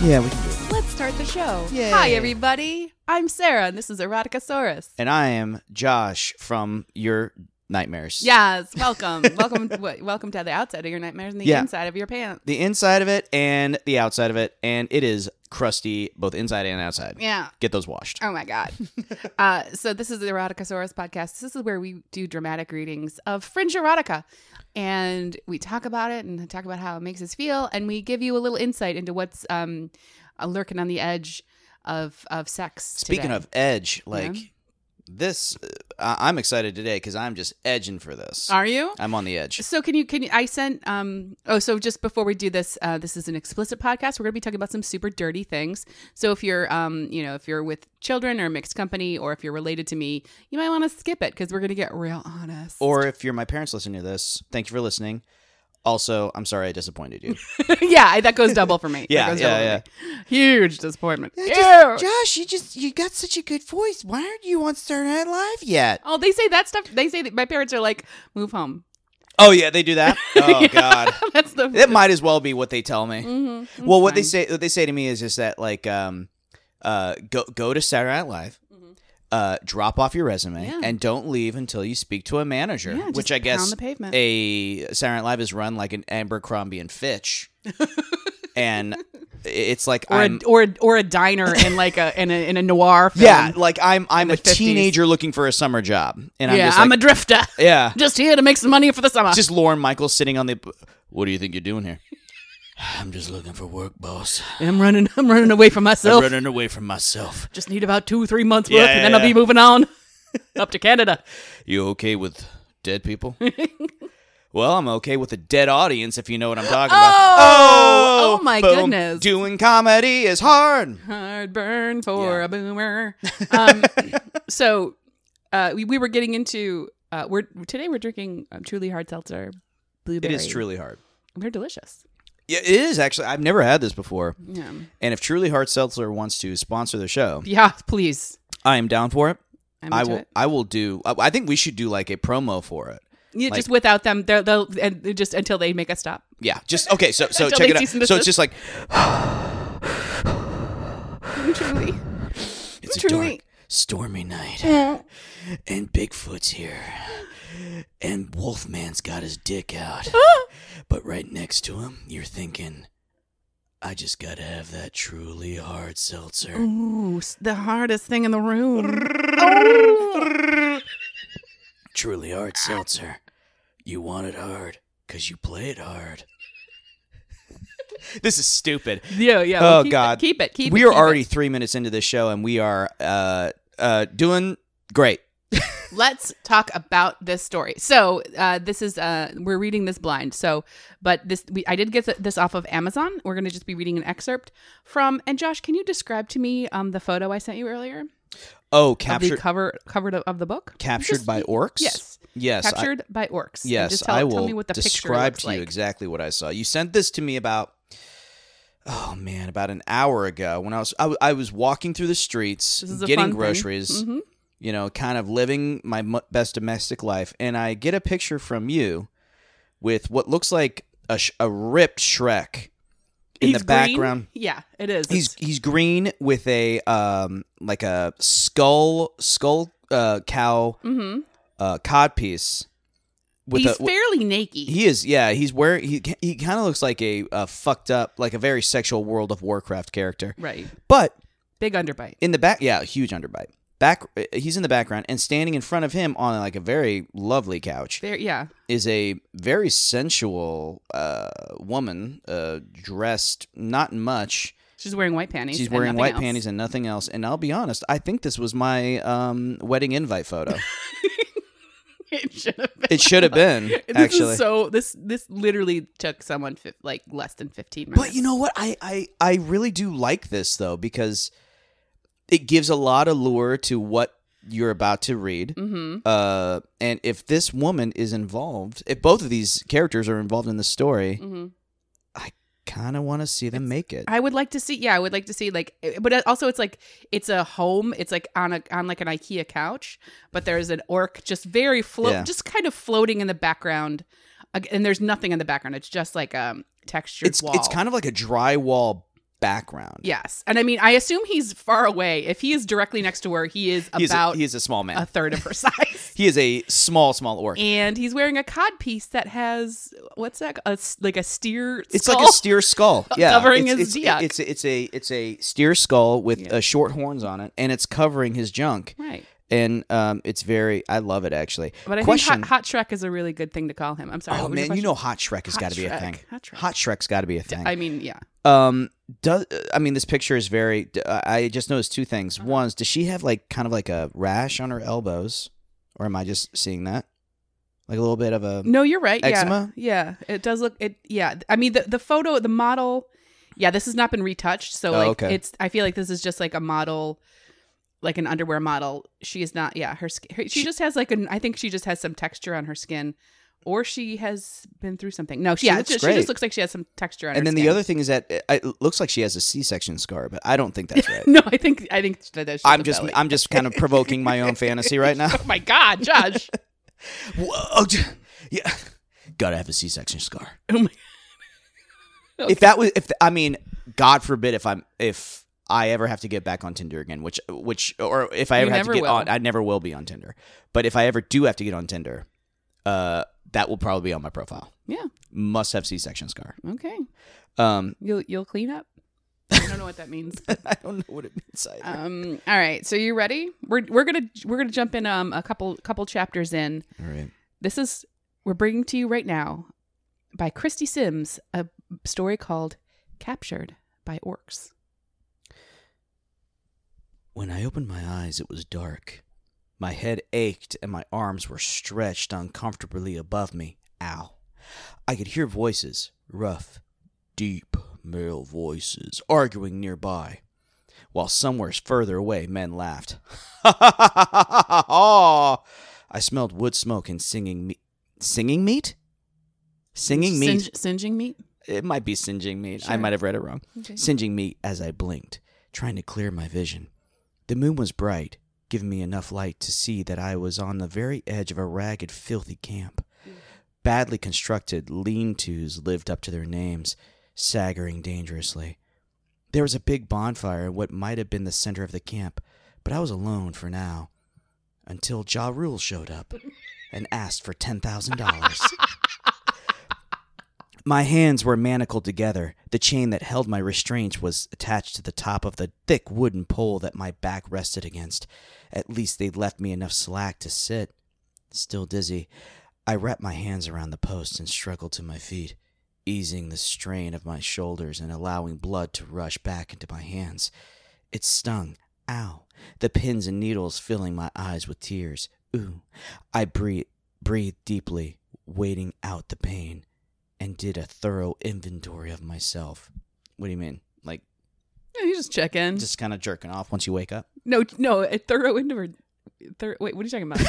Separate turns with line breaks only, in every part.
Yeah, we can do it.
Let's start the show.
Yay.
Hi, everybody. I'm Sarah, and this is Eroticosaurus.
And I am Josh from Your Nightmares.
Yes, welcome, welcome, w- welcome to the outside of your nightmares and the
Yeah.
inside of your pants.
The inside of it and the outside of it, and it is crusty both inside and outside.
Yeah.
Get those washed.
Oh my god. uh, so this is the Eroticosaurus podcast. This is where we do dramatic readings of fringe erotica, and we talk about it and talk about how it makes us feel, and we give you a little insight into what's um, uh, lurking on the edge of of sex.
Speaking
today.
of edge, like this, uh, I- I'm excited today because I'm just edging for this.
are you?
I'm on the edge.
So can you can you, I sent um oh so just before we do this uh, this is an explicit podcast we're gonna be talking about some super dirty things so if you're um you know if you're with children or mixed company or if you're related to me you might want to skip it because we're gonna get real honest
Or if you're my parents listening to this, thank you for listening. Also, I'm sorry I disappointed you.
yeah I- that goes double for me That
Yeah,
goes
yeah,
double for me. huge disappointment Ew.
Josh, you just you got such a good voice. Why aren't you on Saturday Night Live yet?
oh they say that stuff they say that my parents are like move home
Oh yeah, they do that. Oh God.
that's the
It might as well be what they tell me.
Mhm. It's
Well, what they
fine.
say what they say to me is just that like um uh go go to Saturday Night Live. Uh, drop off your resume
Mm-hmm. Yeah.
and don't leave until you speak to a manager,
Yeah,
which
just
I guess
pound the pavement.
a Saturday Night Live is run like an Abercrombie and Fitch, and it's like
or
I'm
a, or a, or a diner in like a in a in a noir film.
yeah, like I'm I'm
um, the
a
50s.
teenager looking for a summer job, and I'm
yeah
just
I'm a
like,
drifter
yeah,
just here to make some money for the summer.
It's just Lauren Michaels sitting on the. What do you think you're doing here? I'm just looking for work, boss.
I'm running. I'm running away from
I'm
myself.
running away from myself.
Just need about two, three months
Yeah,
worth, and then
yeah,
I'll be
yeah.
moving on up to Canada.
You okay with dead people? well, I'm okay with a dead audience if you know what I'm talking about.
Oh! Oh, my goodness.
Doing comedy is hard.
Hard burn for
Yeah.
a boomer. Um, so, uh, we, we were getting into. Uh, we're today we're drinking um, truly hard seltzer
It
blueberry.
is truly hard.
They're delicious.
Yeah, it is actually. I've never had this before.
Yeah.
And if Truly Hard Seltzer wants to sponsor the show,
Yeah. Please.
I am down for it.
I'm
I
into
will.
It.
I will do. I, I think we should do like a promo for it.
Yeah,
like-
just without them, they'll, they'll and just until they make us stop.
Yeah. Just okay. So so
Until
check
they
it out.
cease and
So it's
desist.
just like
truly.
It's a
Truly.
dark, stormy night, and Bigfoot's here, and Wolfman's got his dick out. but right next to him, you're thinking, I just gotta have that truly hard seltzer.
Ooh, s- the hardest thing in the room.
truly hard seltzer. You want it hard, because you play it hard. this is stupid.
Yeah, yeah.
Oh,
well, keep
God.
It, keep it. Keep it.
we are
keep it.
already three minutes into this show, and we are uh, uh, doing great.
Let's talk about this story. So uh, this is uh, we're reading this blind. So, but this we, I did get th- this off of Amazon. We're going to just be reading an excerpt from. And Josh, can you describe to me um, the photo I sent you earlier
Oh,
of the
captured
cover covered of, of the book?
captured
Just-
by orcs.
Yes,
Yes. I-
captured by orcs. And
yes.
just tell,
I
tell
will
me what the picture
describe
looks
to
like.
you exactly what I saw. You sent this to me about oh man, about an hour ago when I was I, w- I was walking through the streets
This is a fun
getting
thing.
groceries.
Mhm.
You know, kind of living my mu best domestic life, and I get a picture from you with what looks like a, sh- a ripped Shrek in
He's
the
green?
background.
Yeah, it is.
He's
It's-
he's green with a um like a skull skull uh cow
mhm.
uh codpiece with
He's
a
fairly naked.
he is yeah he's wearing he he kind of looks like a, uh fucked up like a very sexual World of Warcraft character
right.
but
Big underbite.
in the back yeah huge underbite back uh, he's in the background and standing in front of him on like a very lovely couch
There. Yeah.
is a very sensual uh woman uh dressed not in much
She's wearing white panties.
she's
and
wearing
nothing
white
else.
panties and nothing else and I'll be honest I think this was my um wedding invite photo
It should have been.
it should have been
This
actually
is so this this literally took someone fi- like less than 15 minutes.
But you know what? I, I I really do like this though because it gives a lot of lure to what you're about to read.
Mhm.
Uh, and if this woman is involved, if both of these characters are involved in the story,
Mhm.
kind of want to see them make it.
I would like to see yeah, I would like to see like it- but uh, also it's like it's a home, it's like on a on like an IKEA couch, but there's an orc just very float
Yeah.
just kind of floating in the background. Ag- And there's nothing in the background. It's just like um textured
it's
wall.
it's kind of like a drywall background.
Yes. And I mean, I assume he's far away. If he is directly next to her, he is
He is,
about
a, he is a small man.
a third of her size.
he is a small, small orc.
and he's wearing a cod piece that has what's that? A s like a steer.
It's
skull.
like a steer skull. Yeah,
Covering
it's,
his
it's,
diok.
It's it's a it's a steer skull with
Yeah.
uh, short horns on it, and it's covering his junk.
Right.
And um, it's very I love it actually.
But I
Question.
think hot, hot Shrek is a really good thing to call him. I'm sorry.
oh
what was your
man, you
question?
know Hot Shrek has
Hot
got to be a
Shrek.
thing.
Hot Shrek.
Hot Shrek's got to be a thing.
I mean, yeah.
um, does I mean this picture is very? d- I I just noticed two things.
Uh-huh.
One is does she have like kind of like a rash on her elbows, or am I just seeing that? Like a little bit of a
No, you're right.
Eczema?
Yeah. Yeah. It does look it yeah. I mean the the photo, the model yeah, this has not been retouched. So
Oh,
like
okay.
it's I feel like this is just like a model like an underwear model. She is not yeah, her, skin. her she,
She-
just has like an I think she just has some texture on her skin. Or she has been through something. No, she,
She
yeah,
looks
just, she just
great.
looks like she has some texture on her
and then the
skin.
other thing is that it, it looks like she has a C-section scar, but I don't think that's right.
No, I think I think that that's
I'm
the
just
belly.
I'm just kind of provoking my own fantasy right now.
oh my god, Josh.
Whoa, oh, yeah, gotta have a C-section scar.
Oh my-
If that was if I mean, God forbid if I'm if I ever have to get back on Tinder again, which which or if I
You
ever have
never
to get
will.
on, I never will be on Tinder. But if I ever do have to get on Tinder, uh, that will probably be on my profile.
Yeah.
Must have C-section scar.
Okay.
Um,
You'll you'll clean up. I don't know what that means.
I don't know what it means. Either.
Um. All right. So you ready? We're we're gonna we're gonna jump in um a couple couple chapters in.
All right.
This is we're bringing to you right now by Christy Sims a story called "Captured by Orcs."
When I opened my eyes, it was dark. My head ached and my arms were stretched uncomfortably above me. Ow. I could hear voices, rough, deep male voices, arguing nearby, while somewhere further away men laughed. I smelled wood smoke and singing meat. Singing meat? Singing meat?
Singe- singeing meat.
It might be singeing meat. I
Sure.
might have read it wrong
Okay.
singeing me as I blinked, trying to clear my vision. The moon was bright, giving me enough light to see that I was on the very edge of a ragged, filthy camp. Badly constructed lean tos lived up to their names, saggering dangerously. There was a big bonfire in what might have been the center of the camp, but I was alone for now. Until Ja Rule showed up and asked for $10,000. My hands were manacled together. The chain that held my restraints was attached to the top of the thick wooden pole that my back rested against. At least they left me enough slack to sit. Still dizzy, I wrapped my hands around the post and struggled to my feet, easing the strain of my shoulders and allowing blood to rush back into my hands. It stung. Ow. The pins and needles filling my eyes with tears. Ooh. I breathed, breathed deeply, waiting out the pain and did a thorough inventory of myself. What do you mean? Like
Yeah, you just check in.
just kind of jerking off once you wake up?
no, no. A thorough inventory. Thorough, wait, what are you talking about?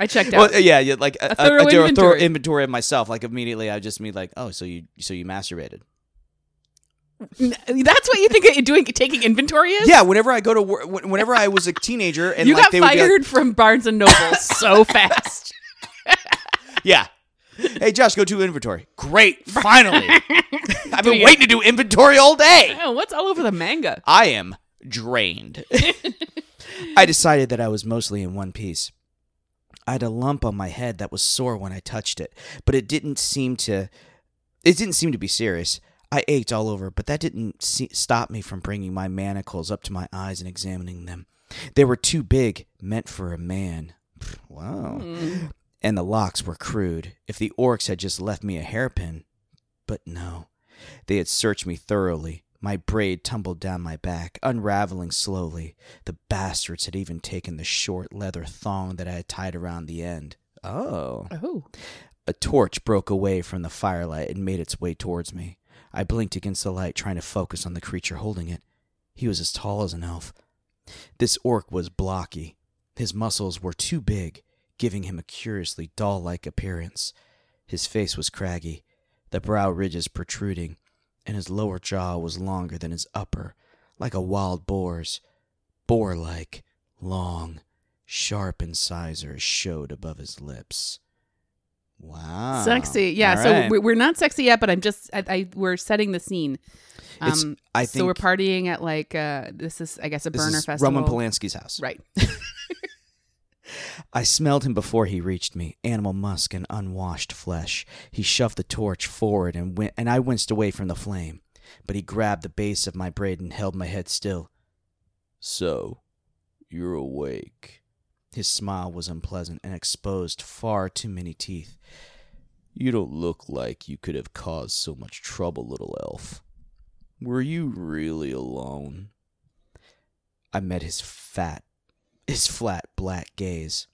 I checked out.
Well, yeah, yeah, like a,
A thorough
I did a thorough
inventory.
inventory of myself. Like immediately, I just mean like, oh, so you so you masturbated?
N- That's what you think doing taking inventory is.
Yeah. Whenever I go to work, whenever I was a teenager, and
you
like
got
they would be like-
fired from Barnes and Noble so fast.
yeah. Hey, Josh, go to inventory. Great, finally. I've
Do
been
ya?
waiting to do inventory all day.
Oh, what's all over the manga?
I am drained. I decided that I was mostly in one piece. I had a lump on my head that was sore when I touched it, but it didn't seem to it didn't seem to be serious. I ached all over, but that didn't se- stop me from bringing my manacles up to my eyes and examining them. They were too big, meant for a man. Pff, Wow.
Mm.
And the locks were crude. If the orcs had just left me a hairpin. But no. They had searched me thoroughly. My braid tumbled down my back, unraveling slowly. The bastards had even taken the short leather thong that I had tied around the end. Oh.
Oh.
A torch broke away from the firelight and made its way towards me. I blinked against the light, trying to focus on the creature holding it. He was as tall as an elf. This orc was blocky. His muscles were too big, giving him a curiously doll like appearance. His face was craggy, the brow ridges protruding, and his lower jaw was longer than his upper, like a wild boar's. Boar like, long, sharp incisors showed above his lips. Wow.
sexy. Yeah.
All
so
right.
we're, we're not sexy yet, but I'm just I, I we're setting the scene.
It's-
Um,
I
so
think
we're partying at like uh, this is I guess a
this
burner
is
festival.
Roman Polanski's house.
Right.
I smelled him before he reached me, animal musk and unwashed flesh. He shoved the torch forward and went, and I winced away from the flame. But he grabbed the base of my braid and held my head still. So, you're awake. His smile was unpleasant and exposed far too many teeth. You don't look like you could have caused so much trouble, little elf. Were you really alone? I met his fat, his flat black gaze.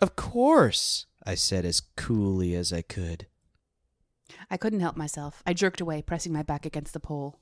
Of course, I said as coolly as I could.
I couldn't help myself. I jerked away, pressing my back against the pole.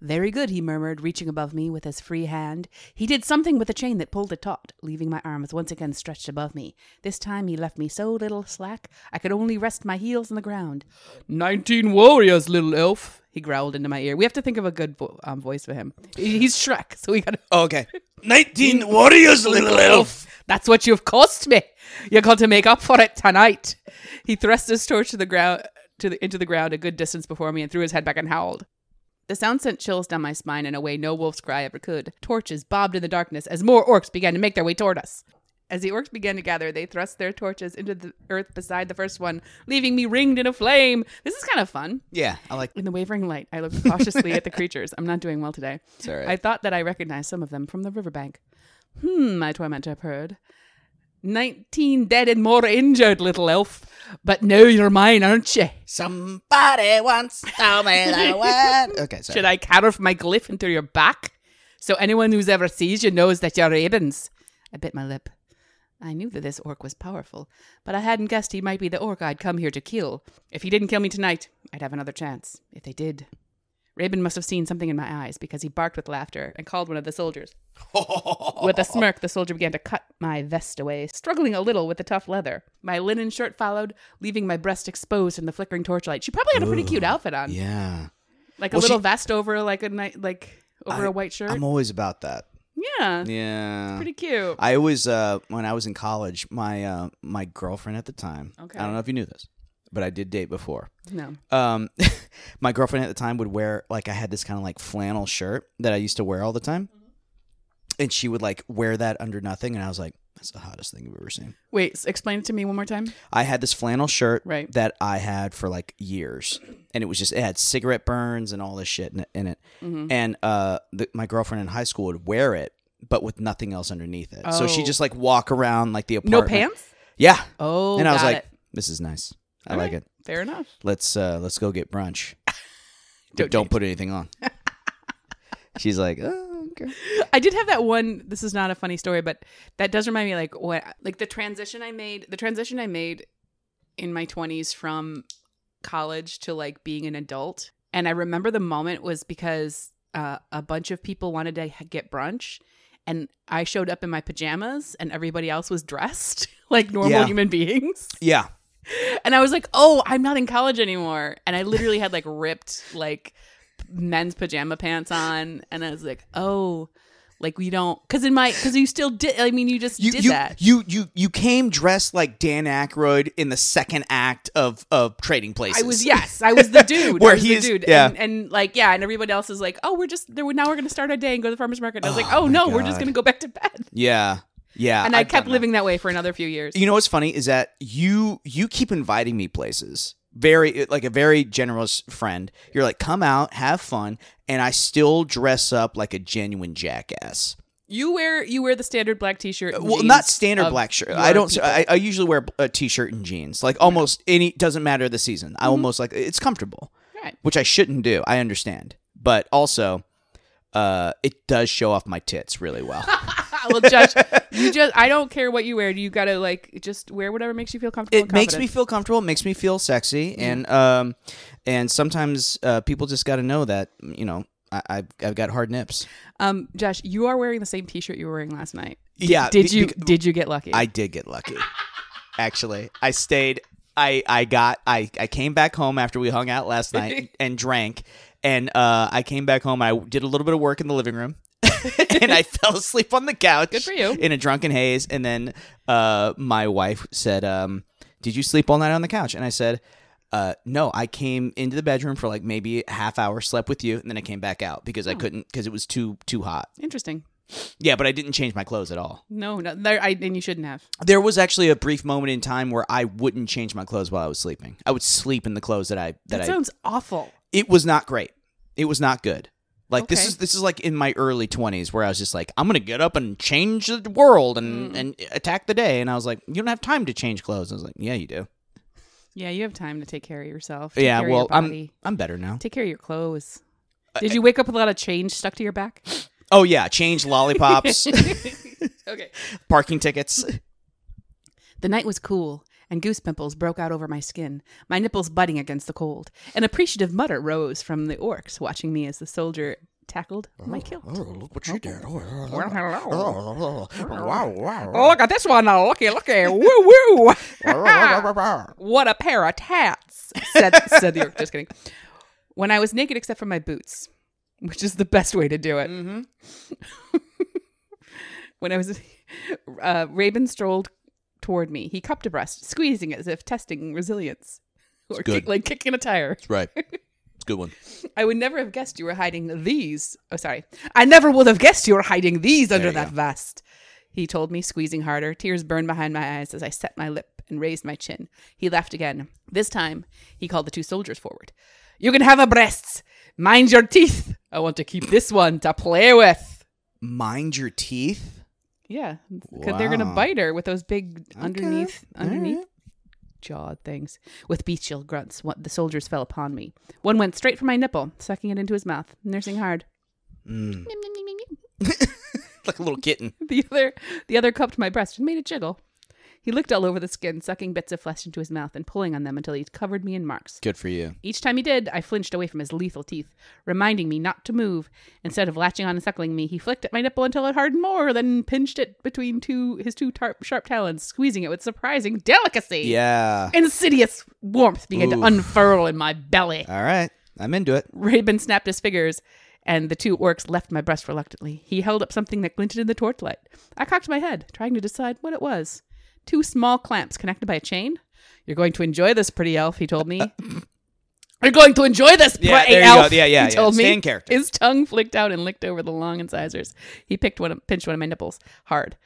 Very good, he murmured, reaching above me with his free hand. He did something with the chain that pulled it taut, leaving my arms once again stretched above me. This time he left me so little slack I could only rest my heels on the ground. Nineteen warriors, little elf, he growled into my ear. We have to think of a good vo- um, voice for him. He's Shrek, so we gotta.
Oh, Okay. 19 warriors, little elf!
That's what you've cost me. You're going to make up for it tonight. He thrust his torch to the ground, to the, into the ground a good distance before me, and threw his head back and howled. The sound sent chills down my spine in a way no wolf's cry ever could. Torches bobbed in the darkness as more orcs began to make their way toward us. As the orcs began to gather, they thrust their torches into the earth beside the first one, leaving me ringed in a flame. This is kind of fun.
Yeah, I like
In the wavering light, I looked cautiously at the creatures. I'm not doing well today.
It's all right.
I thought that I recognized some of them from the riverbank. Hmm, my tormentor purred. Nineteen dead and more injured, little elf. But now you're mine, aren't you?
Somebody once told me they went. Okay, sorry.
Should I carve my glyph into your back? So anyone who's ever sees you knows that you're Rabens. I bit my lip. I knew that this orc was powerful, but I hadn't guessed he might be the orc I'd come here to kill. If he didn't kill me tonight, I'd have another chance. If they did. Raben must have seen something in my eyes because he barked with laughter and called one of the soldiers. With a smirk, the soldier began to cut my vest away, struggling a little with the tough leather. My linen shirt followed, leaving my breast exposed in the flickering torchlight. She probably had a pretty cute outfit on,
yeah.
like a
Well,
little
she-
vest over, like a night, like over
I-
a white shirt.
I'm always about that.
yeah,
Yeah.
pretty cute.
I always uh, when I was in college, my uh, my girlfriend at the time.
Okay.
I don't know if you knew this, but I did date before.
no,
Um, my girlfriend at the time would wear like I had this kind of like flannel shirt that I used to wear all the time,
Mm-hmm.
and she would like wear that under nothing, and I was like, that's the hottest thing I've ever seen.
wait, s- explain it to me one more time.
I had this flannel shirt
Right.
that I had for like years, and it was just it had cigarette burns and all this shit in it. In it.
Mm-hmm.
And uh, the, my girlfriend in high school would wear it, but with nothing else underneath it. So she
Oh.
just like walk around like the
No
apartment.
pants.
Yeah,
Oh,
and I was
got
like,
it.
this is nice. I
All
like
right.
it.
fair enough.
Let's uh, let's go get brunch.
Don't
But don't put anything on. She's like, oh, okay.
I did have that one. This is not a funny story, but that does remind me, like what, like the transition I made, the transition I made in my twenties from college to like being an adult. And I remember the moment was because uh, a bunch of people wanted to ha- get brunch, and I showed up in my pajamas, and everybody else was dressed like normal
Yeah.
human beings.
yeah,
And I was like, oh, I'm not in college anymore. And I literally had like ripped like men's pajama pants on. And I was like, oh, like we don't, because in my, because you still did, I mean, you just
you
did
you,
that.
you you you came dressed like Dan Aykroyd in the second act of of Trading Places.
I was, yes, I was the dude.
Where
I was the
he's-
dude.
yeah.
And, and like, yeah. And everybody else is like, oh, we're just, there, now we're going to start our day and go to the farmer's market. And I was like,
Oh,
oh
my
no, we're just
God.
going to go back to bed.
Yeah, yeah.
And I,
I've
kept
done that.
living that way for another few years.
You know what's funny is that you you keep inviting me places. Very like a very generous friend. You're like, come out, have fun, and I still dress up like a genuine jackass.
You wear, you wear the standard black t-shirt. and
Well,
jeans
not standard
of
black shirt.
your
I don't.
people.
I, I usually wear a t-shirt and jeans. Like almost any doesn't matter the season.
Mm-hmm.
I almost like it's comfortable,
Right.
which I shouldn't do. I understand, but also, uh, it does show off my tits really well.
well, Josh, you just I don't care what you wear. You gotta like just wear whatever makes you feel comfortable.
it makes me feel comfortable. It makes me feel sexy,
Mm.
and um, and sometimes uh, people just got to know that you know I, I've I've got hard nips.
Um, Josh, you are wearing the same T-shirt you were wearing last night.
yeah,
Did
be-
you
bec-
did you get lucky?
Uh, I did get lucky. Actually, I stayed. I I got. I I came back home after we hung out last night and drank, and uh, I came back home. I did a little bit of work in the living room. and I fell asleep on the couch.
Good for you.
In a drunken haze, and then uh, my wife said, um, Did you sleep all night on the couch? And I said, uh, No, I came into the bedroom for like maybe a half hour, slept with you, and then I came back out because I
Oh.
couldn't, because it was too, too hot.
Interesting.
Yeah, but I didn't change my clothes at all.
No, no, there, I, and you shouldn't have.
There was actually a brief moment in time where I wouldn't change my clothes while I was sleeping. I would sleep in the clothes that I, that,
That,
I,
sounds awful.
it was not great. It was not good. Like this
Okay.
is this is like in my early twenties where I was just like, I'm gonna get up and change the world and
Mm.
and attack the day. And I was like, you don't have time to change clothes. I was like, yeah, you do.
Yeah, you have time to take care of yourself. take
yeah,
care of
well,
your
I'm
body,
I'm better now.
take care of your clothes. Did you wake up with a lot of change stuck to your back?
Oh yeah, change lollipops,
Okay.
parking tickets.
The night was cool, and goose pimples broke out over my skin, my nipples budding against the cold. An appreciative mutter rose from the orcs watching me as the soldier tackled
Oh,
my kilt.
look what you did! Oh,
Well, hello.
wow, wow.
Oh, look at this one. Oh, looky, looky. Woo, woo. what a pair of tats, said, said the orc. Just kidding. When I was naked except for my boots, which is the best way to do it.
Mhm.
When I was, uh, Raven strolled toward me. He cupped abreast, squeezing as if testing resilience. Or
good.
kick, like kicking a tire.
Right, it's a good one.
I would never have guessed you were hiding these. Oh, sorry. I never would have guessed you were hiding these under
you
that
go.
vest. He told me, squeezing harder. Tears burned behind my eyes as I set my lip and raised my chin. He laughed again. This time, he called the two soldiers forward. You can have a breasts. Mind your teeth. I want to keep this one to play with.
Mind your teeth.
Yeah, because they're gonna
Wow.
bite her with those big underneath
All
underneath
right.
jaw things. With bestial grunts, what the soldiers fell upon me. One went straight for my nipple, sucking it into his mouth, nursing hard. Meow,
Mm.
meow, meow, meow, meow.
Like a little kitten.
The other the other cupped my breast and made it jiggle. He looked all over the skin, sucking bits of flesh into his mouth and pulling on them until he covered me in marks.
Good for you.
Each time he did, I flinched away from his lethal teeth, reminding me not to move. Instead of latching on and suckling me, he flicked at my nipple until it hardened more, then pinched it between two his two tar- sharp talons, squeezing it with surprising delicacy.
Yeah.
Insidious warmth began to
Oof.
unfurl in my belly.
All right, I'm into it.
Raven snapped his fingers, and the two orcs left my breast reluctantly. He held up something that glinted in the torchlight. I cocked my head, trying to decide what it was. Two small clamps connected by a chain. You're going to enjoy this, pretty elf, he told me. You're going to enjoy this, pretty
Yeah, there you go.
elf.
Yeah, yeah,
He
yeah.
told me.
Stay in character.
His tongue flicked out and licked over the long incisors. He picked one, pinched one of my nipples hard,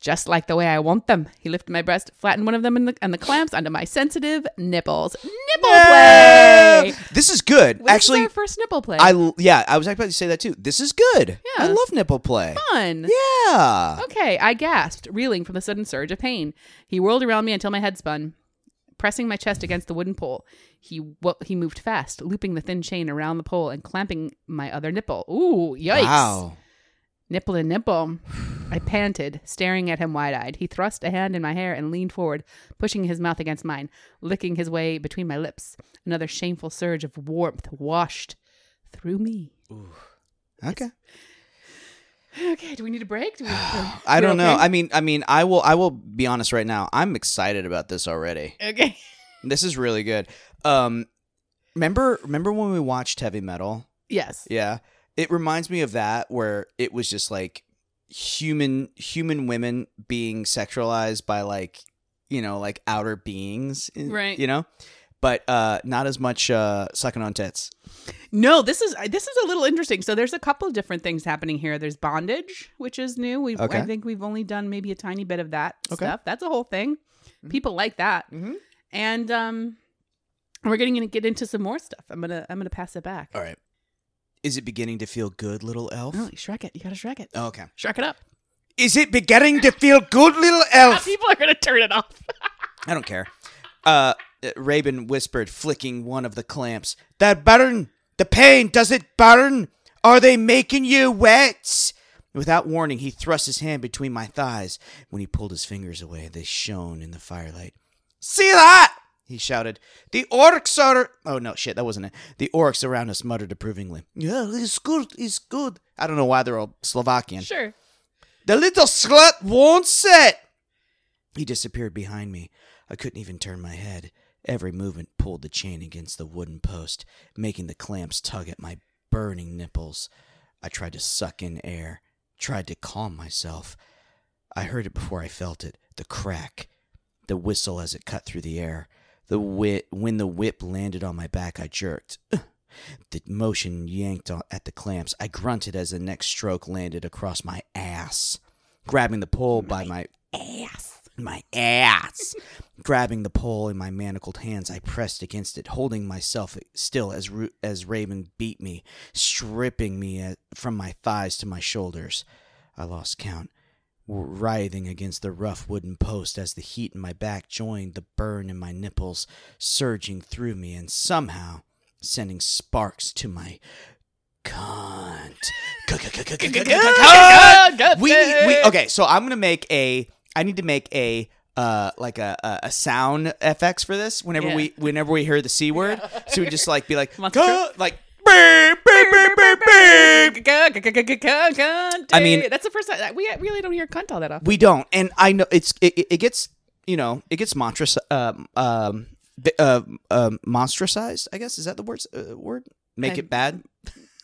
just like the way I want them. He lifted my breast, flattened one of them, in the, and the clamps onto my sensitive nipples. Nipple play.
This is good.
Well, this is
Actually,
our first nipple play.
I l- yeah, I was about to say that too. This is good. I
Yeah.
love nipple play.
Fun. Oh,
Yeah.
Okay, I gasped, reeling from the sudden surge of pain. He whirled around me until my head spun, pressing my chest against the wooden pole. He wo- he moved fast, looping the thin chain around the pole and clamping my other nipple. Ooh, yikes!
Wow.
Nipple to nipple. I panted, staring at him wide eyed. He thrust a hand in my hair and leaned forward, pushing his mouth against mine, licking his way between my lips. Another shameful surge of warmth washed through me.
Okay.
Okay, do we need a break? Do we,
I
You're
don't know.
okay?
I mean, I mean, I will. I will be honest right now. I'm excited about this already.
okay.
This is really good. Um, remember, remember when we watched heavy metal?
Yes.
Yeah. It reminds me of that where it was just like human human women being sexualized by like, you know, like outer beings, in-
Right.
you know? But uh not as much uh sucking on tits.
No, this is uh, this is a little interesting. So there's a couple of different things happening here. There's bondage, which is new. We I
Okay.
think we've only done maybe a tiny bit of that
Okay. Mm-hmm.
stuff. That's a whole thing. People like that,
Mhm.
and um, we're getting gonna get into some more stuff. I'm gonna I'm gonna pass it back.
All right. Is it beginning to feel good, little elf?
Oh, you Shrek it. You gotta Shrek it.
Oh, okay.
Shrek it up.
Is it beginning to feel good, little elf?
People are gonna turn it off.
I don't care. Uh, uh, Raven whispered, flicking one of the clamps. That burn! The pain, does it burn? Are they making you wet? Without warning, he thrust his hand between my thighs. When he pulled his fingers away, they shone in the firelight. See that? He shouted. The orcs are. Oh no, shit, that wasn't it. The orcs around us muttered approvingly. Yeah, it's good, it's good. I don't know why they're all Slovakian.
Sure.
The little slut won't sit. He disappeared behind me. I couldn't even turn my head. Every movement pulled the chain against the wooden post, making the clamps tug at my burning nipples. I tried to suck in air, tried to calm myself. I heard it before I felt it the crack. the whistle as it cut through the air. The whip, when the whip landed on my back, I jerked. The motion yanked on- at the clamps. I grunted as the next stroke landed across my ass, grabbing the pole by my ass. My ass. grabbing the pole in my manacled hands, I pressed against it, holding myself still as Ru- as Raven beat me, stripping me at, from my thighs to my shoulders. I lost count, w- writhing against the rough wooden post as the heat in my back joined the burn in my nipples, surging through me, and somehow sending sparks to my cunt. We, we okay. So I'm gonna make a. I need to make a uh like a a, a sound FX for this whenever
Yeah.
we whenever we hear the c word. So we just like be like
Monster truck?
"Cunt," like beep beep beep beep beep.
I
mean-
that's the first time we really don't hear cunt all that often.
We don't, and I know it's it, it- it gets you know it gets monstrous um um bi- uh, um monstrosized. I guess is that the word uh, word make
I-
it bad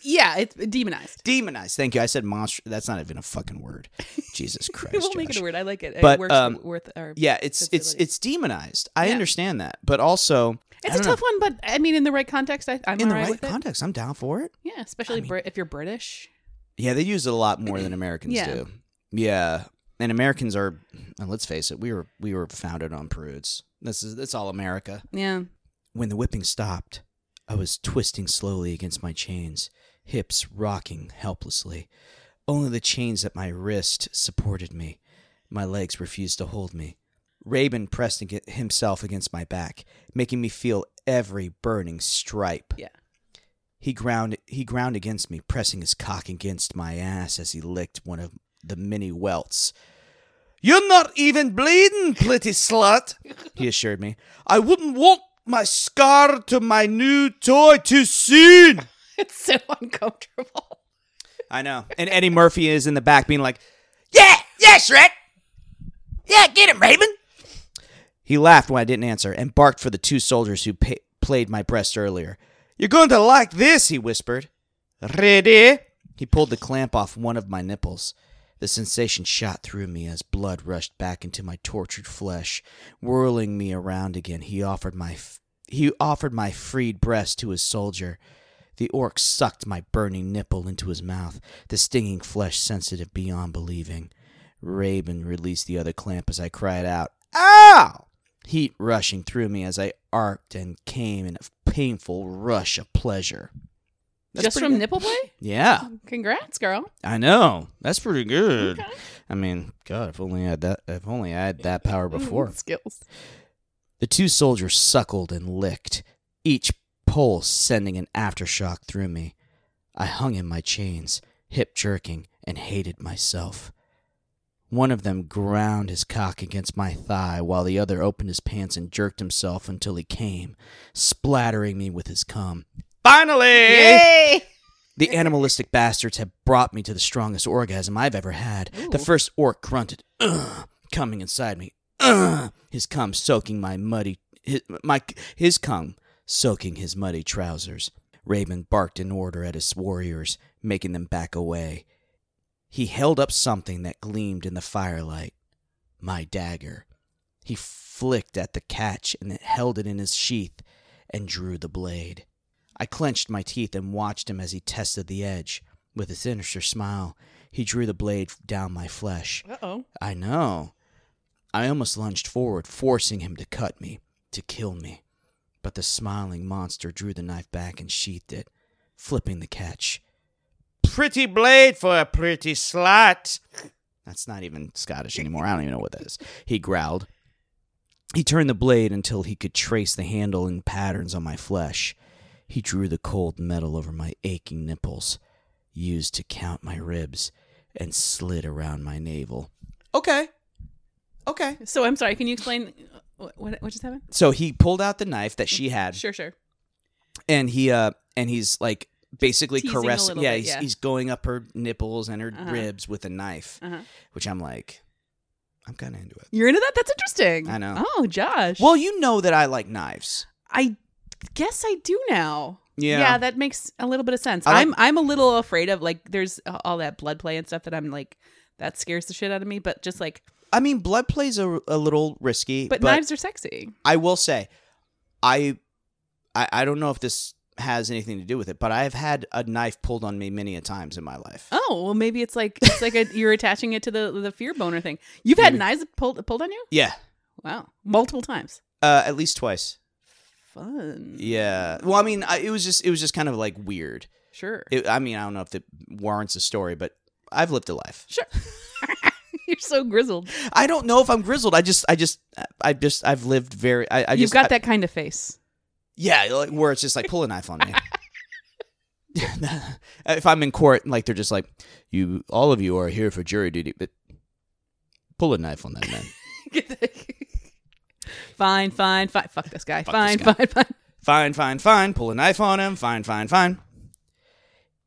Yeah, it's demonized.
demonized. Thank you. I said monster. That's not even a fucking word. Jesus Christ.
we'll make it
Josh.
a word. I like it. It
But,
works
um,
with our.
Yeah, it's it's
Disability.
it's demonized. I
Yeah.
understand that, but also I
it's a
don't know.
tough one, but I mean, in the right context, I, I'm
in the
all right
right
with it.
context. I'm down for it.
Yeah, especially
I mean-
Brit- if you're British.
Yeah, they use it a lot more than Americans
Yeah.
do. Yeah, and Americans are, and let's face it, we were we were founded on prudes. This is that's all America.
Yeah.
When the whipping stopped, I was twisting slowly against my chains, hips rocking helplessly. Only the chains at my wrist supported me. My legs refused to hold me. Rabin pressed ag- himself against my back, making me feel every burning stripe.
Yeah.
He ground he ground against me, pressing his cock against my ass as he licked one of the many welts. You're not even bleeding, pretty slut, he assured me. I wouldn't want my scar to my new toy too soon.
It's so uncomfortable.
I know. And Eddie Murphy is in the back being like, Yeah, yeah, Shrek. Yeah, get him, Raven. He laughed when I didn't answer and barked for the two soldiers who pa- played my breast earlier. You're going to like this, he whispered. Ready? He pulled the clamp off one of my nipples. The sensation shot through me as blood rushed back into my tortured flesh, whirling me around again. He offered my f- he offered my freed breast to his soldier. The orc sucked my burning nipple into his mouth, the stinging flesh sensitive beyond believing. Raven released the other clamp as I cried out, Ow! Heat rushing through me as I arced and came in a painful rush of pleasure. That's
Just
pretty
from
good. Oh.
nipple play? Um,
Yeah,
Congrats, girl.
I know. That's pretty good.
Okay.
I mean, God, if only I had that. If only I had that power
Mm.
before.
Skills.
The two soldiers suckled and licked, each pole sending an aftershock through me. I hung in my chains, hip jerking, and hated myself. One of them ground his cock against my thigh while the other opened his pants and jerked himself until he came, splattering me with his cum. Finally!
Yay!
The animalistic bastards have brought me to the strongest orgasm I've ever had. The
Ooh.
first orc grunted, Ugh, coming inside me. Ugh, his cum soaking my muddy his, my his cum soaking his muddy trousers. Raven barked an order at his warriors, making them back away. He held up something that gleamed in the firelight. My dagger. He flicked at the catch and held it in his sheath and drew the blade. I clenched my teeth and watched him as he tested the edge. With a sinister smile, he drew the blade down my flesh.
Uh oh.
I know. I almost lunged forward, forcing him to cut me, to kill me. But the smiling monster drew the knife back and sheathed it, flipping the catch. Pretty blade for a pretty slut. That's not even Scottish anymore. I don't even know what that is. He growled. He turned the blade until he could trace the handle in patterns on my flesh. He drew the cold metal over my aching nipples, used to count my ribs, and slid around my navel. Okay. Okay.
So I'm sorry. Can you explain what, what, what just happened?
So he pulled out the knife that she had
Sure, sure.
and he uh and he's like basically
Teasing a
caressing
little
yeah,
bit,
he's,
yeah.
he's going up her nipples and her
Uh-huh.
ribs with a knife,
Uh-huh.
which I'm like I'm kind of into it.
You're into that? That's interesting.
I know.
Oh, Josh.
Well, you know that I like knives.
I guess I do now.
Yeah.
Yeah, that makes a little bit of sense.
I like-
I'm I'm a little afraid of like there's all that blood play and stuff that I'm like that scares the shit out of me, but just like
I mean, blood plays a, a little risky,
But,
but,
knives are sexy.
I will say, I, I, I don't know if this has anything to do with it, but I've had a knife pulled on me many a times in my life.
Oh well, maybe it's like it's like a, you're attaching it to the the fear boner thing. You've had
Maybe.
knives pulled pulled on you?
Yeah,
Wow, multiple times.
uh, at least twice.
Fun.
Yeah. Well, I mean, I, it was just it was just kind of like weird.
Sure.
It, I mean, I don't know if it warrants a story, but I've lived a life.
sure. you're so grizzled.
I don't know if I'm grizzled. I just, I just, I just, I've lived very. I, I
You've
just
got
I-
that kind of face.
Yeah, like, where it's just like pull a knife on me. if I'm in court, like they're just like, you, all of you are here for jury duty, but pull a knife on that man.
fine, fine, fine. Fuck this guy.
Fuck
fine,
this guy.
fine, fine.
fine, fine, fine. Pull a knife on him. Fine, fine, fine.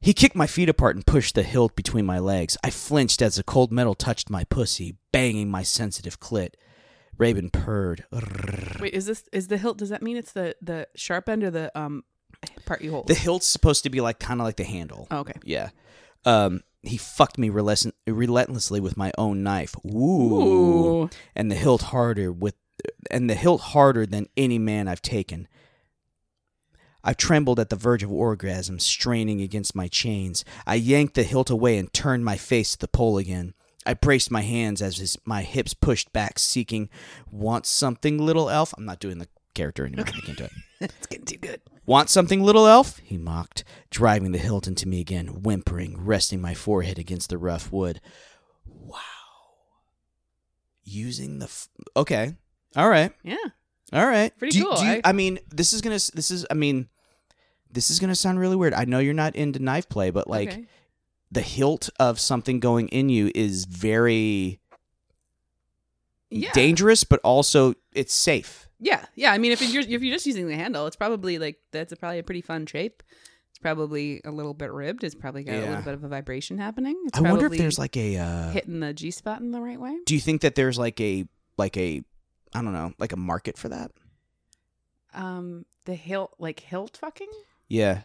He kicked my feet apart and pushed the hilt between my legs. I flinched as the cold metal touched my pussy, banging my sensitive clit. Raven purred.
Wait, is this is the hilt? Does that mean it's the the sharp end or the um part you hold?
The hilt's supposed to be like kind of like the handle.
oh, okay.
Yeah. Um, he fucked me relesen- relentlessly with my own knife. Ooh.
Ooh.
And the hilt harder with and the hilt harder than any man I've taken. I trembled at the verge of orgasm, straining against my chains. I yanked the hilt away and turned my face to the pole again. I braced my hands as his, my hips pushed back, seeking, want something, little elf? I'm not doing the character anymore. I can't do it.
it's getting too good.
Want something, little elf? he mocked, driving the hilt into me again, whimpering, resting my forehead against the rough wood. Wow. Using the. F- okay. All right.
Yeah.
All right.
Pretty
Do-
cool, eh?
do
I-
you, I mean, this is gonna. s- This is. I mean, this is gonna sound really weird. I know you're not into knife play, but like
Okay.
the hilt of something going in you is very
yeah.
dangerous, but also it's safe.
Yeah, yeah. I mean, if you're if you're just using the handle, it's probably like that's a, probably a pretty fun shape. It's probably a little bit ribbed. It's probably got a
Yeah.
little bit of a vibration happening. It's
I wonder if
probably
there's like a. Uh,
hitting the G spot in the right way.
do you think that there's like a like a I don't know like a market for that?
Um, the hilt, like hilt fucking.
Yeah.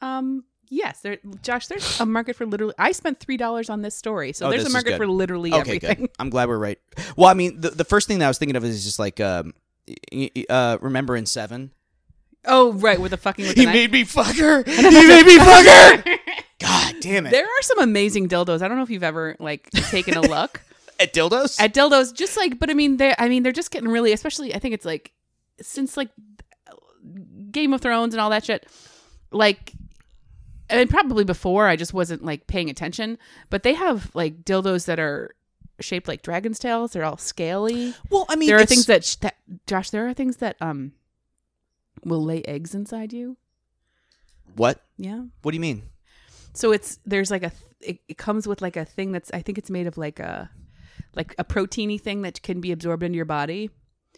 Um, yes. There, Josh. There's a market for literally. I spent three dollars on this story, so
Oh,
there's
this
a
is
market
good.
for literally
Okay,
everything.
good. I'm glad we're right. Well, I mean, the, the first thing that I was thinking of is just like um, y- y- uh, remember in seven.
Oh, right, with the fucking with the
He
knife.
made me fuck her. He made me fuck her. God damn it!
There are some amazing dildos. I don't know if you've ever like taken a look.
At dildos.
at dildos just like but i mean they i mean they're just getting really especially i think it's like since like game of thrones and all that shit like and probably before i just wasn't like paying attention but they have like dildos that are shaped like dragon's tails they're all scaly
well, I mean,
there are
it's-
things that, sh- that josh there are things that um will lay eggs inside you
What?
yeah
What do you mean?
so it's there's like a th- it, it comes with like a thing that's i think it's made of like a like a proteiny thing that can be absorbed into your body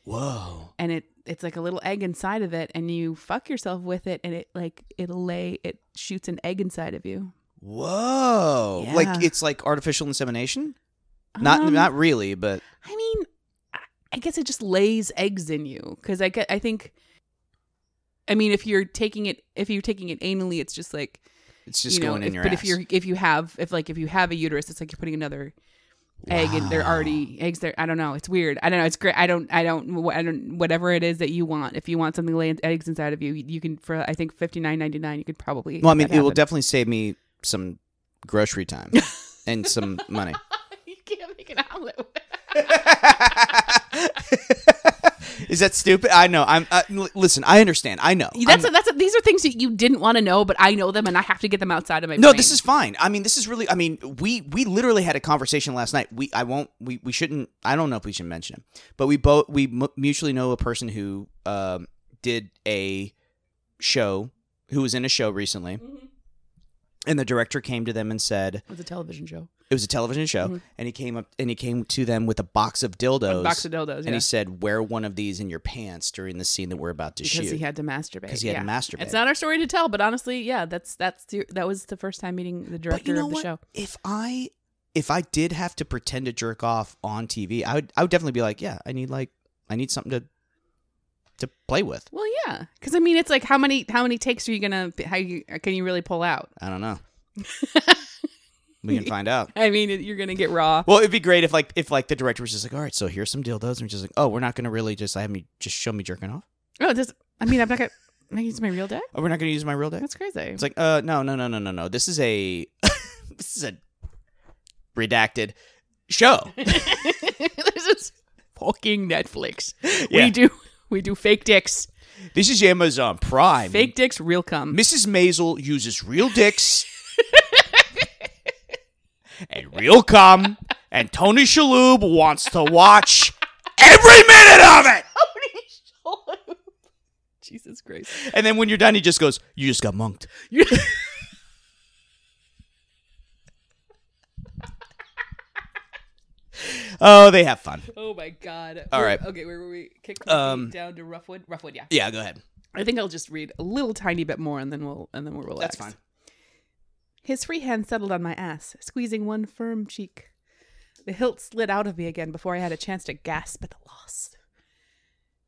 Whoa.
and it it's like a little egg inside of it and you fuck yourself with it and it like it'll lay it shoots an egg inside of you
Whoa. Like
Yeah.
it's like artificial insemination. Not
Um,
not really, but
i mean I- i guess it just lays eggs in you because i get i think i mean if you're taking it if you're taking it anally it's just like
it's just
you know
going
if-
in your
but
ass.
if you're if you have if like if you have a uterus it's like you're putting another egg and they're
Wow.
already eggs there i don't know it's weird i don't know it's great i don't i don't wh- i don't whatever it is that you want if you want something laying eggs inside of you you can for i think 59.99 you could probably
Well, I mean,
that
it will
happen.
definitely save me some grocery time and some money.
you can't make an omelet.
Is that stupid? I know. I'm. Uh, l- listen, I understand. I know.
That's a,
I'm-
that's a, these are things that you didn't want to know, but I know them, and I have to get them outside of my.
no.
brain.
This is fine. I mean, this is really. I mean, we we literally had a conversation last night. We I won't. We we shouldn't. I don't know if we should mention him, but we both we mu mutually know a person who um did a show who was in a show recently,
Mm-hmm.
and the director came to them and said
it's a television show.
it was a television show, and he came up and he came to them with a box of dildos.
Mm-hmm. Box of dildos.
and
yeah.
he said, "Wear one of these in your pants during the scene that we're about to
because
shoot."
he had to masturbate.
'Cause he had to
yeah.
masturbate.
It's not our story to tell, but honestly, yeah, that's that's the- that was the first time meeting the
but
director
you know
of the
what?
show.
If I if I did have to pretend to jerk off on TV, I would I would definitely be like, "Yeah, I need like I need something to to play with."
Well, yeah, because I mean, it's like how many how many takes are you gonna how you can you really pull out?
I don't know. We can find out.
I mean, it- you're gonna get raw.
Well, it'd be great if like if like the director was just like, all right, so here's some dildos, and we're just like, oh, we're not gonna really just have me just show me jerking off.
Oh, just I mean, I'm not gonna make use of my real dick.
Oh, we're not gonna use my real dick.
That's crazy.
It's like, uh, no, no, no, no, no, no. This is a this is a redacted show.
this is fucking Netflix.
Yeah.
We do we do fake dicks,
This is Amazon Prime.
fake dicks, real cum.
Mrs. Maisel uses real dicks and real cum, and Tony Shalhoub wants to watch every minute of it.
Jesus Christ.
And then when you're done, he just goes, "You just got monked."
You-
Oh, they have fun.
oh my God.
All
All right.
right.
Okay, where were we? Kick from
Um,
feet down to Roughwood. Roughwood, yeah.
Yeah, go ahead.
I think I'll just read a little tiny bit more, and then we'll and then we'll relax.
That's fine.
His free hand settled on my ass, squeezing one firm cheek. The hilt slid out of me again before I had a chance to gasp at the loss.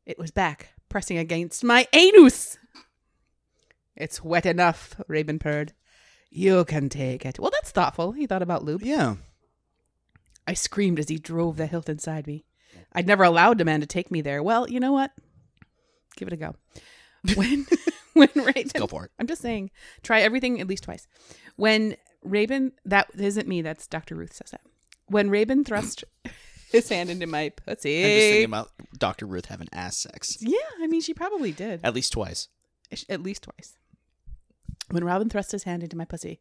It was back, pressing against my anus. It's wet enough, Raven purred. You can take it. Well, that's thoughtful. He thought about lube.
Yeah.
I screamed as he drove the hilt inside me. I'd never allowed a man to take me there. Well, you know what? Give it a go. When when Raven
Go for it.
I'm just saying, try everything at least twice. When Raven, that isn't me, that's Dr. Ruth says that. When Raven thrust his hand into my
I'm just
pussy.
thinking about Dr. Ruth having ass sex
yeah, I mean, she probably did
at least twice.
Ish- at least twice. When Robin thrust his hand into my pussy,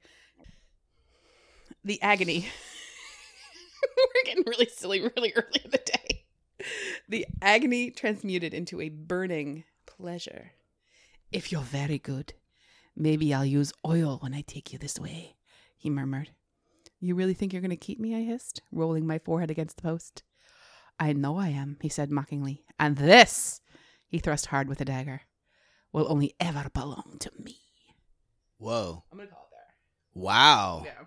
the agony. We're getting really silly really early in the day. The agony transmuted into a burning pleasure. If you're very good, maybe I'll use oil when I take you this way, he murmured. You really think you're going to keep me? I hissed, rolling my forehead against the post. I know I am, he said mockingly. And this, he thrust hard with a dagger, will only ever belong to me.
Whoa.
I'm going to call it
Wow.
Yeah.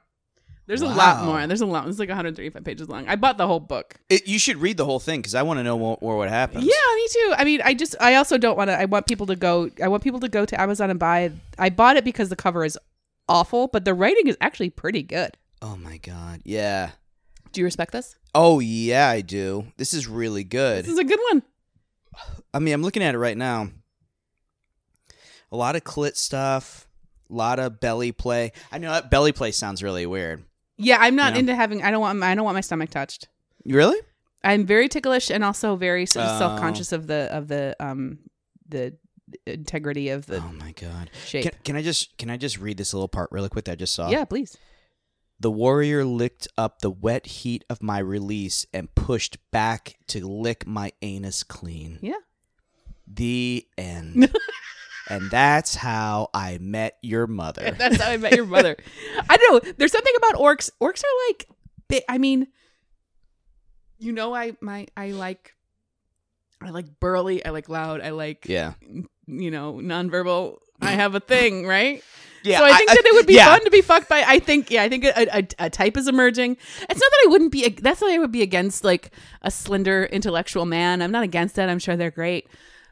There's a lot
Oh. Wow.
more. There's a lot. It's like 135 pages long. I bought the whole book.
It, you should read the whole thing because I want to know what, what happens.
Yeah, me too. I mean, I just, I also don't want to. I want people to go. I want people to go to Amazon and buy. I bought it because the cover is awful, but the writing is actually pretty good.
Oh my god. Yeah.
Do you respect this?
Oh yeah, I do. This is really good.
This is a good one.
I mean, I'm looking at it right now. A lot of clit stuff, a lot of belly play. I know that belly play sounds really weird.
Yeah, I'm not
Yeah.
into having. I don't want. I don't want my stomach touched.
You really?
I'm very ticklish and also very sort
Oh.
of self conscious of the of the um the integrity of the
oh my god. Can,
shape.
can I just can I just read this little part really quick that I uh, just saw?
yeah, please.
The warrior licked up the wet heat of my release and pushed back to lick my anus clean.
Yeah.
The end. and that's how I met your mother.
That's how I met your mother. I don't know. There's something about orcs. Orcs are like, bi- I mean, you know, I my I like, I like burly. I like loud. I like,
Yeah.
you know, nonverbal. I have a thing, right?
Yeah.
so I think that it would be
yeah.
fun to be fucked by. I think, yeah, I think a, a, a type is emerging. It's not that I wouldn't be. That's not that I would be against like a slender intellectual man. I'm not against that. I'm sure they're great,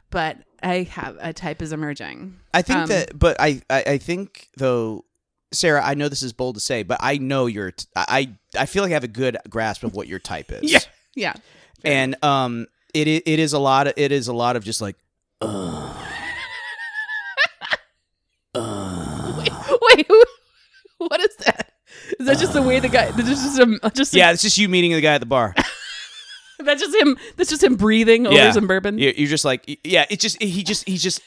but I have a type is emerging.
I think
Um,
that, but I, I, I think though, Sarah, I know this is bold to say, but I know your, t- I, I feel like I have a good grasp of what your type is.
Yeah. Yeah,
and um, it, i- it is a lot of, it is a lot of just like, uh, uh.
Wait, who, what is that? Is that just the way the guy? That's just him. uh, Just
yeah, it's just you meeting the guy at the bar.
That's just him. That's just him breathing over
Yeah.
some bourbon.
You- You're just like, yeah, it's just, he just, he's just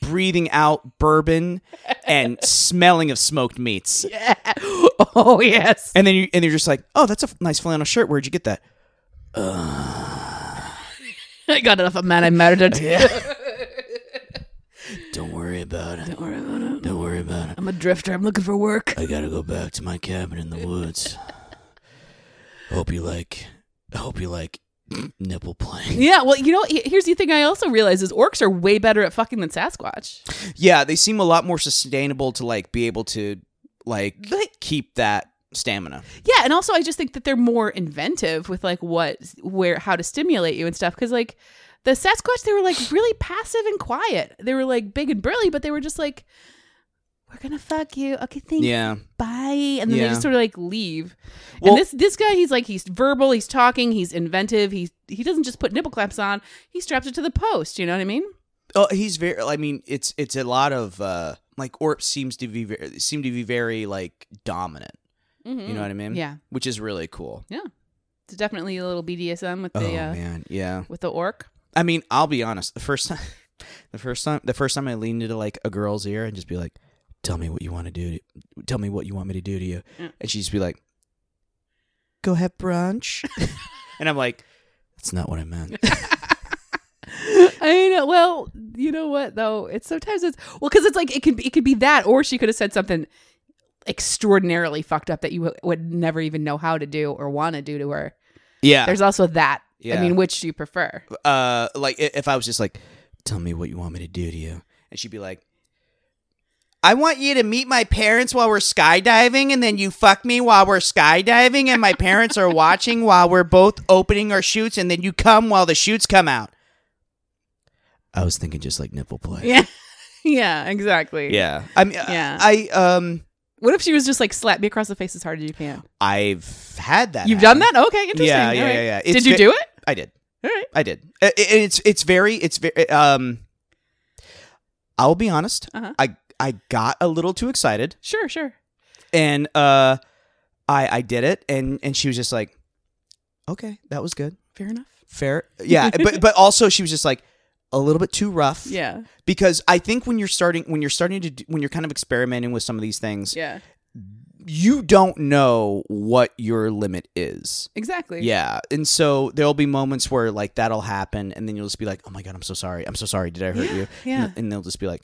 breathing out bourbon and smelling of smoked meats.
Yeah. Oh yes.
And then you, and you're just like, oh, that's a f- nice flannel shirt. Where'd you get that?
I got enough of man I murdered.
Don't worry about it.
Don't worry about it.
Don't worry about it.
I'm a drifter. I'm looking for work.
I gotta go back to my cabin in the woods. hope you like. Hope you like nipple playing.
Yeah. Well, you know, he- here's the thing. I also realize is orcs are way better at fucking than Sasquatch.
Yeah, they seem a lot more sustainable to like be able to like
Like,
keep that stamina.
yeah, and also I just think that they're more inventive with like what, where, how to stimulate you and stuff. Because like the Sasquatch, they were like really passive and quiet. They were like big and burly, but they were just like. we're gonna fuck you. Okay, thanks.
Yeah.
Bye. And then they
Yeah.
just sort of like leave.
Well-
and this this guy, he's like he's verbal, he's talking, he's inventive, he he doesn't just put nipple clamps on, he straps it to the post, you know what I mean?
Oh, he's very. I mean, it's it's a lot of uh like Orp seems to be very, seem to be very like dominant.
Mm-hmm.
You know what I mean?
Yeah.
Which is really cool.
It's definitely a little BDSM with the
oh
uh,
man, yeah.
with the orc.
I mean, I'll be honest. The first time, the first time, the first time I leaned into like a girl's ear and just be like, "Tell me what you want to do. To, tell me what you want me to do to you,"
Mm.
and she'd just be like, "Go have brunch," and I'm like, "That's not what I meant."
I know. Well, you know what though? It's sometimes it's well because it's like it could be, it could be that, or she could have said something extraordinarily fucked up that you w- would never even know how to do or want to do to her.
yeah.
There's also that. I
Yeah.
mean, which do you prefer?
uh, like i- if I was just like, "Tell me what you want me to do to you," and she'd be like, "I want you to meet my parents while we're skydiving, and then you fuck me while we're skydiving, and my parents are watching while we're both opening our shoots, and then you come while the shoots come out." I was thinking just like nipple play.
Yeah, yeah, exactly.
Yeah. I mean,
Yeah.
yeah. I um,
What if she was just like slap me across the face as hard as you can?
I've had that.
You've
happen.
done that? Okay, interesting.
Yeah,
All
yeah,
right.
yeah, yeah.
Did you do it?
I did.
All right.
I did. I- I- It's it's very it's very um. I'll be honest.
Uh-huh.
I I got a little too excited,
Sure, sure.
and uh, I I did it, and and she was just like, okay, that was good,
Fair enough.
fair, yeah. but but also she was just like a little bit too rough,
Yeah,
Because I think when you're starting when you're starting to do, when you're kind of experimenting with some of these things,
yeah,
you don't know what your limit is.
exactly.
Yeah. And so there'll be moments where like that'll happen and then you'll just be like, "Oh my god, I'm so sorry. I'm so sorry. Did I hurt you?"
yeah.
And, and they'll just be like,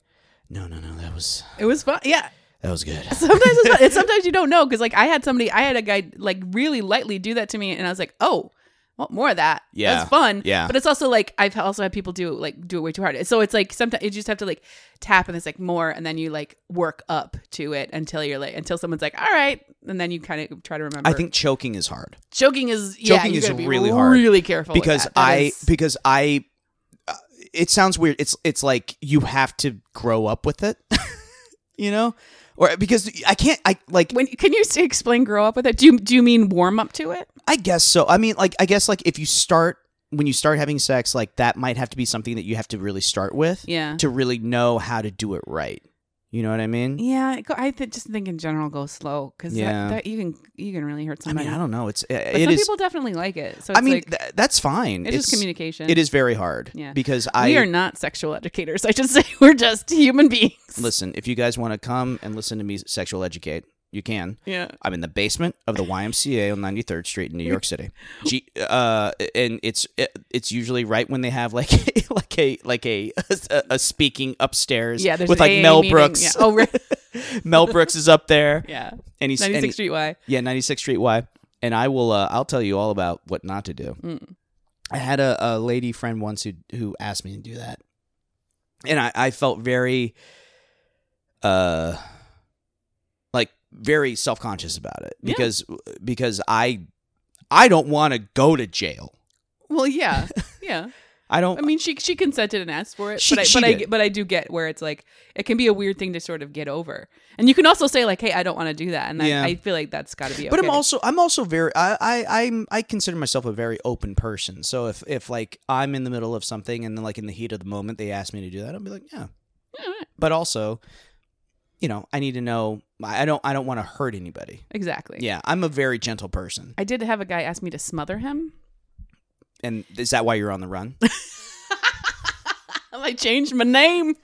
"No, no, no. That was
It was fun. Yeah,
that was good."
sometimes it's fun. And sometimes you don't know because like I had somebody, I had a guy like really lightly do that to me, and I was like, oh, want more of that?
Yeah.
that's fun.
Yeah.
but it's also like I've also had people do like do it way too hard. So it's like sometimes you just have to like tap and it's like more, and then you like work up to it until you're like until someone's like, all right, and then you kind of try to remember.
I think choking is hard
choking is yeah,
Choking
you
is
gotta be
really hard.
Really careful with
because
Oh, that. That
I
is-
because I uh, it sounds weird. It's it's like you have to grow up with it. you know? Or because I can't I like
when can you say, explain grow up with it? Do you do you mean warm up to it?
I guess so. I mean, like I guess like if you start when you start having sex, like that might have to be something that you have to really start with
Yeah.
to really know how to do it right. You know what I mean?
Yeah, I go- I th- just think in general go slow because
Yeah.
that, that you can you can really hurt
I mean,
somebody.
I don't know. It's
but
it
some
is.
people definitely like it. So it's
I mean,
like,
th- that's fine.
it's, just communication.
It is very hard.
Yeah.
Because
we
I
are not sexual educators. I should say we're just human beings.
listen. If you guys want to come and listen to me sexual educate, you can.
Yeah.
I'm in the basement of the YMCA on 93rd Street in New York City. G- uh, and it's it, it's usually right when they have like like a like a a, speaking upstairs.
Yeah. There's
with
an
like
AA
Mel
meeting.
Brooks.
Yeah. Oh, right.
Mel Brooks is up there,
Yeah.
and he's and
96th
he-
Street Y.
Yeah, 96th Street Y. And I will. Uh, I'll tell you all about what not to do.
Mm.
I had a, a lady friend once who who asked me to do that, and I, I felt very, uh, like very self conscious about it
Yeah.
because because I I don't want to go to jail.
Well, yeah. Yeah.
I don't.
I mean, she she consented and asked for it,
She-
but I,
she
but I
did.
but I do get where it's like it can be a weird thing to sort of get over, and you can also say like, "Hey, I don't want to do that," and
Yeah.
I, I feel like that's got to be. Okay.
but I'm also I'm also very I, I I'm I consider myself a very open person. So if if like I'm in the middle of something and then like in the heat of the moment they ask me to do that, I'll be like, yeah.
Yeah, right.
But also, you know, I need to know. I I don't I don't want to hurt anybody.
exactly.
Yeah, I'm a very gentle person.
I did have a guy ask me to smother him.
And is that why you're on the run?
I changed my name.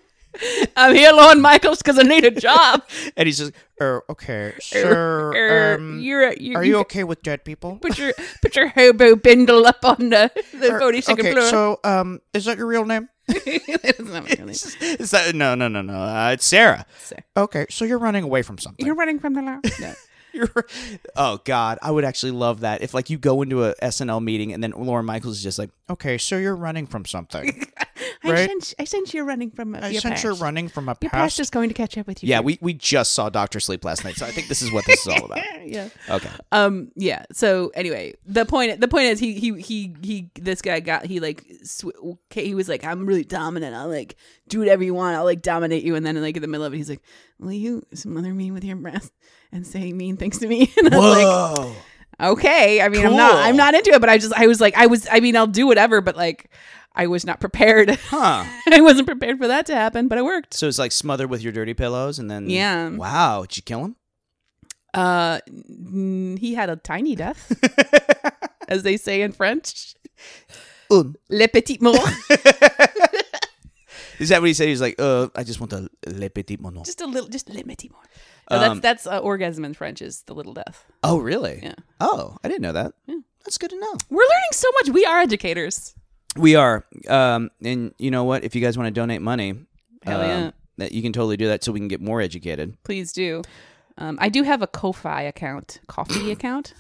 I'm here, Lauren Michaels, because I need a job.
and he's just, er, okay, sure.
Er,
Um,
you're, a- you
are you okay with dead people?
Put your put your hobo bindle up on the the
Er,
forty second
okay,
floor.
so um, is that your real name?
That's not my real name.
Is that no, no, no, no? Uh, it's Sarah.
Sarah.
Okay, so you're running away from something.
You're running from the law. No.
You're- oh God, I would actually love that if like you go into a SNL meeting and then Lauren Michaels is just like, okay, so you're running from something. Uh,
I I
right?
sense, I sense you're running from a,
I
your
sense
past.
you're running from a
Your
past.
past is going to catch up with you.
Yeah,
here.
we, we just saw Doctor Sleep last night, so I think this is what this is all about.
yeah.
Okay.
Um. Yeah. So anyway, the point the point is he he he he this guy got he like sw- okay, he was like I'm really dominant. I'll like do whatever you want. I'll like dominate you. And then like in the middle of it, he's like, "Will you smother me with your breath and say mean things to me?" And I was like,
Whoa.
"Okay. I mean, I'm not I'm
Cool.
not into it, but I just I was like I was I mean I'll do whatever, but like I was not prepared.
huh.
I wasn't prepared for that to happen, but it worked.
So it's like smothered with your dirty pillows, and then
Yeah.
Wow, did you kill him?
Uh, n- he had a tiny death, as they say in French,
Um.
le petit mort.
Is that what he said? He was like, "Uh, I just want a le petit monon."
just a little, just a little bit more.
No, that's-
that's
Um,
that's orgasm in French is the little death.
Oh, really?
Yeah.
Oh, I didn't know that.
Yeah.
That's good to know.
We're learning so much. We are educators.
We are, um, and you know what? If you guys want to donate money,
Hell
um,
yeah.
that you can totally do that, so we can get more educated.
Please do. Um, I do have a Ko-fi account, coffee account.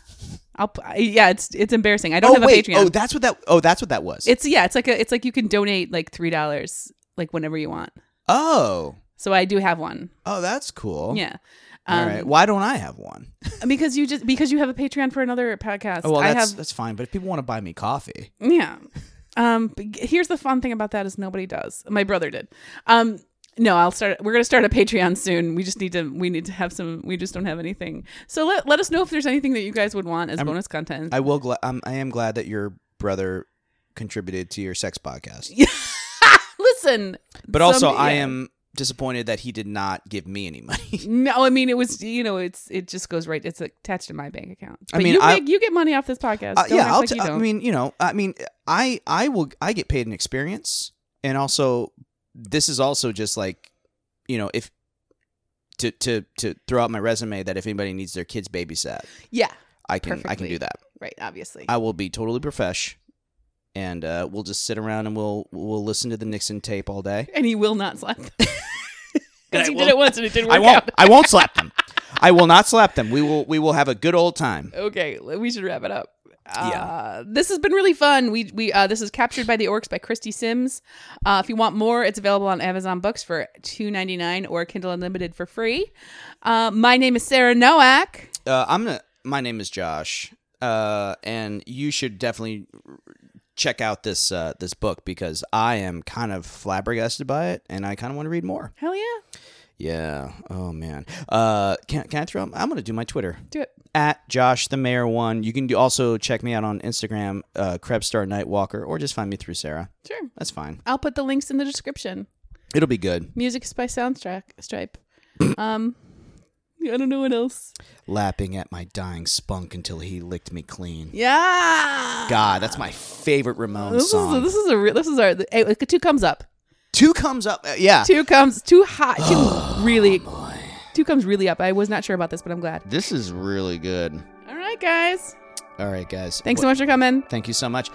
I'll p- I- yeah, it's it's embarrassing. I don't have
oh wait,
a Patreon.
oh that's what that. Oh, that's what that was.
it's yeah, it's like a it's like you can donate like three dollars like whenever you want.
oh,
So I do have one.
oh, that's cool.
Yeah.
All
Um,
right. Why don't I have one?
because you just because you have a Patreon for another podcast.
Oh well,
I
that's
have
that's fine. But if people want to buy me coffee,
Yeah. Um but g- here's the fun thing about that is nobody does. My brother did. Um no, I'll start we're going to start a Patreon soon. We just need to we need to have some we just don't have anything. So let let us know if there's anything that you guys would want as
I'm-
bonus content.
I will. Gla- um, I am glad that your brother contributed to your sex podcast.
Listen.
But also,
some-
I
yeah.
am disappointed that he did not give me any money.
No, I mean it was you know it's it just goes right it's attached to my bank account.
I
But
mean,
you
I-
make, you get money off this podcast.
Uh,
Don't
yeah,
act
I'll
like
t-
you
I
don't.
mean, you know, I mean, I I will I get paid in experience, and also this is also just like, you know, if to to to throw out my resume that if anybody needs their kids babysat,
yeah,
I can I can
Perfectly.
do that.
right, obviously.
I will be totally profesh, and uh, we'll just sit around and we'll we'll listen to the Nixon tape all day.
and he will not slap.
I
Cuz he
will-
did it once and it didn't work
I won't
out.
I won't slap them. I will not slap them. We will we will have a good old time.
okay l- we should wrap it up
Yeah.
Uh, this has been really fun we we uh, this is captured by the orcs by christy sims uh, if you want more it's available on amazon books for 2.99 or kindle unlimited for free uh, my name is sarah noack
Uh, I'm gonna, my name is Josh, uh, and you should definitely check out this uh, this book because I am kind of flabbergasted by it, and I kind of want to read more.
hell yeah
Yeah. Oh man. Uh, can can I throw? I'm gonna do my Twitter
do it
at Josh the Mayor One. You can do, also check me out on Instagram, uh, Krebstar Nightwalker, or just find me through Sarah.
sure
That's fine.
i'll put the links in the description
It'll be good.
music is by soundtrack stripe um i don't know what else
Lapping at my dying spunk until he licked me clean.
yeah
God, that's my favorite Ramon
this is,
song.
this is a re- this is our hey, look, two comes up
Two comes up. uh, yeah.
two comes too hot two really two comes really up i was not sure about this but i'm glad
This is really good.
all right guys
All right, guys.
thanks so much for coming
Thank you so much.